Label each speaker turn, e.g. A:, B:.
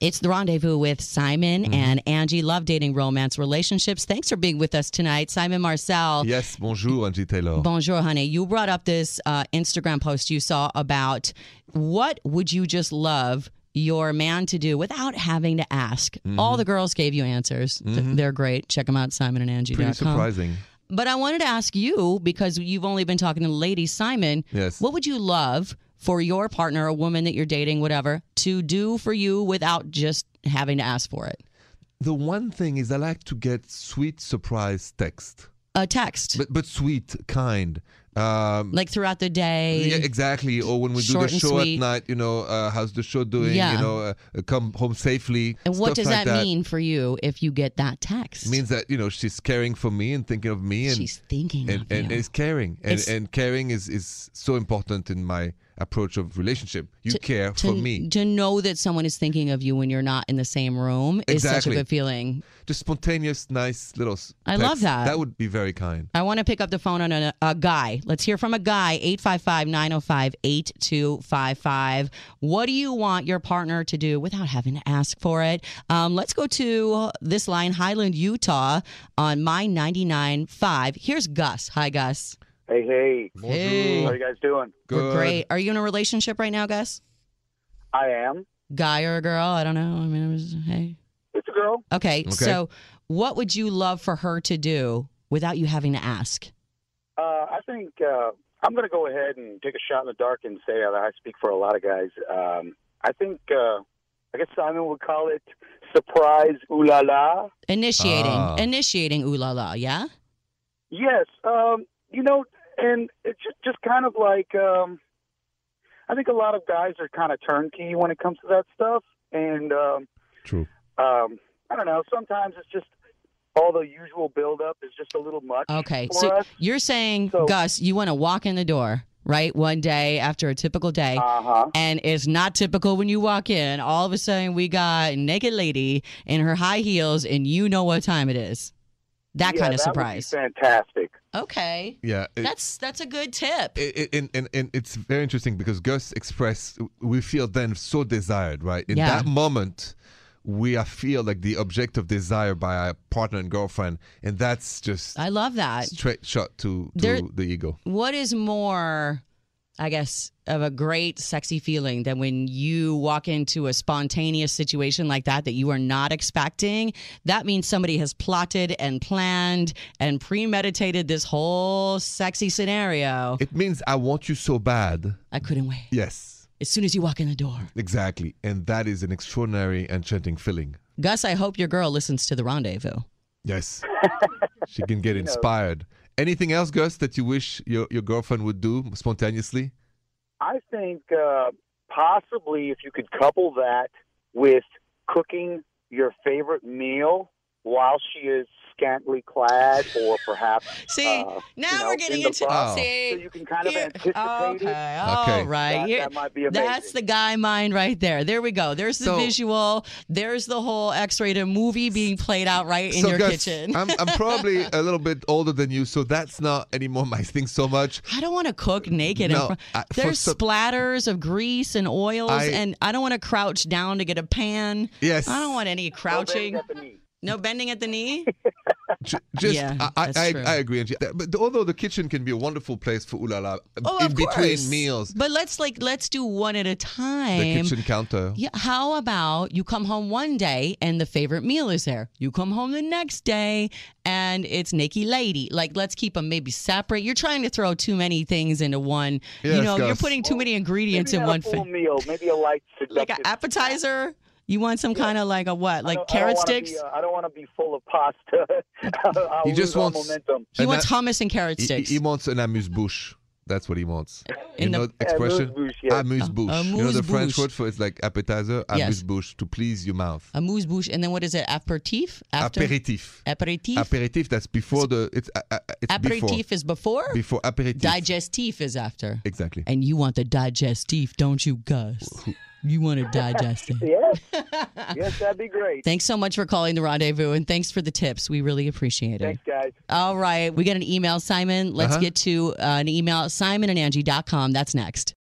A: It's the rendezvous with Simon and Angie. Love dating, romance, relationships. Thanks for being with us tonight, Simon Marcel.
B: Yes, bonjour, Angie Taylor.
A: Bonjour, honey. You brought up this uh, Instagram post you saw about what would you just love your man to do without having to ask. All the girls gave you answers. Th- They're great. Check them out, Simon and Angie.
B: Pretty surprising.
A: But I wanted to ask you because you've only been talking to ladies, Simon.
B: Yes.
A: What would you love for your partner, a woman that you're dating, whatever, to do for you without just having to ask for it?
B: The one thing is, I like to get sweet surprise text,
A: A text,
B: but but sweet, kind. Um,
A: like throughout the day.
B: yeah, exactly. Or when we do the
A: Short and
B: show
A: sweet.
B: at night, you know, uh, how's the show doing?
A: Yeah.
B: You know, uh, uh, come home safely.
A: and what
B: stuff
A: does
B: like
A: that, mean for you if you get that text?
B: It means that you know she's caring for me and thinking of me, and
A: She's thinking
B: and,
A: of
B: and
A: you.
B: is caring, and
A: It's-
B: and caring is is so important in my approach of relationship. You care
A: to,
B: for me.
A: to know that someone is thinking of you when you're not in the same room is such a
B: Exactly.
A: good feeling.
B: just spontaneous, nice little. s-
A: I love
B: text.
A: that.
B: That would be very kind.
A: I want to pick up the phone on a, a guy. Let's hear from a guy 855-905-8255. What do you want your partner to do without having to ask for it? Um, let's go to this line Highland, Utah on my 99.5. Here's Gus. Hi Gus.
C: Hey, hey.
A: Hey.
C: How you guys doing?
A: We're
B: Good.
A: great. Are you in a relationship right now, Gus?
C: I am.
A: Guy or a girl? I don't know. I mean, I was hey.
C: It's a girl.
A: Okay,
B: Okay.
A: so what would you love for her to do without you having to ask?
C: Uh, I think uh, I'm going to go ahead and take a shot in the dark and say that I speak for a lot of guys. Um, I think, uh, I guess Simon would call it surprise ooh la la.
A: Initiating,
B: Ah.
A: initiating ooh la la, yeah?
C: Yes. Um, you know, and it's just, just kind of like, um, I think a lot of guys are kind of turnkey when it comes to that stuff. And, um,
B: True.
C: um, I don't know, sometimes it's just all the usual buildup is just a little much.
A: Okay,
C: for
A: so
C: us.
A: you're saying,
C: So-
A: Gus, you want to walk in the door, right? One day after a typical day,
C: Uh huh.
A: and it's not typical when you walk in. All of a sudden, we got a naked lady in her high heels, and you know what time it is. That
C: Yeah,
A: kind of
C: would be
A: surprise.
C: fantastic.
A: Okay,
B: Yeah. it-
A: that's that's a good tip.
B: it- it- and, and, and it's very interesting because Gus expressed we feel then so desired, right? In
A: Yeah.
B: that moment, we are feel like the object of desire by our partner and girlfriend, and that's just
A: I love that.
B: straight shot to,
A: There-
B: to the ego.
A: what is more i guess of a great sexy feeling than when you walk into a spontaneous situation like that that you are not expecting that means somebody has plotted and planned and premeditated this whole sexy scenario
B: It means I want you so bad.
A: i couldn't wait
B: Yes,
A: as soon as you walk in the door
B: exactly, and that is an extraordinary, enchanting feeling.
A: gus i hope your girl listens to the rendezvous
B: Yes, she can get inspired. Anything else, Gus, that you wish your, your girlfriend would do spontaneously?
C: I think uh, possibly if you could couple that with cooking your favorite meal while she is scantily clad, or perhaps
A: see
C: uh,
A: now
C: you know,
A: we're getting
C: in the
A: into
C: bar.
A: see,
C: so you can kind of
A: Here-
C: anticipate it.
A: Okay, all
B: Okay.
A: right.
C: That-
A: Here-
C: that might be amazing.
A: That's the guy mind right there. There we go. There's the
B: So-
A: visual. There's the whole X-rated movie being played out right in
B: so
A: your
B: Gus,
A: kitchen.
B: I'm, I'm probably a little bit older than you, so that's not anymore my thing so much.
A: I don't want to cook naked. in
B: No,
A: front.
B: I- for
A: There's
B: some-
A: splatters of grease and oils,
B: I-
A: and I don't want to crouch down to get a pan.
B: Yes.
A: I don't want any
C: Well, there you
A: crouching.
C: got the meat.
A: No bending at the knee.
B: J- Just,
A: Yeah,
B: I,
A: that's
B: I,
A: true.
B: I, I agree. Angie. But although the kitchen can be a wonderful place for ulala
A: Oh,
B: in
A: of course.
B: between meals,
A: But let's like let's do one at a time.
B: the kitchen counter.
A: Yeah, how about you come home one day and the favorite meal is there? You come home the next day and it's Nikki Lady. Like, let's keep them maybe separate. You're trying to throw too many things into one. you
B: Yes,
A: know, you're
B: Gus.
A: putting too many ingredients
C: Maybe
A: in
C: not
A: one
C: a full
A: food.
C: meal, maybe a light
A: Like an
C: seductive-
A: appetizer? You want some kind of like a what?
C: I
A: Like
C: don't- I
A: carrot
C: don't wanna
A: sticks?
C: Be, uh, I don't want to be full of pasta. I'll
B: He just
C: lose all
B: wants-
C: momentum.
A: he
B: And
A: wants
B: that-
A: hummus and carrot
B: He-
A: sticks.
B: He, wants an amuse-bouche. That's what he wants.
A: In
B: you know
A: the-
B: the expression?
C: Amuse-bouche, yes.
B: Amuse-bouche. you know the French
A: Amuse-bouche.
B: word for it's like appetizer,
A: Yes.
B: amuse-bouche, to please your mouth.
A: a mousse bouche. And then what is it? Aperitif? After?
B: Aperitif.
A: Aperitif?
B: Aperitif, that's before the, it's, uh, uh, it's
A: Aperitif is before?
B: before. Before aperitif.
A: Digestif is after.
B: Exactly.
A: And you want the digestif, don't you, Gus? You want to digest it.
C: Yes, yes, that'd be great.
A: Thanks so much for calling the rendezvous and thanks for the tips. We really appreciate it.
C: Thanks, guys.
A: All right. We got an email, Simon. Let's
B: Uh-huh.
A: get to uh, an email, simonandangie.com. That's next.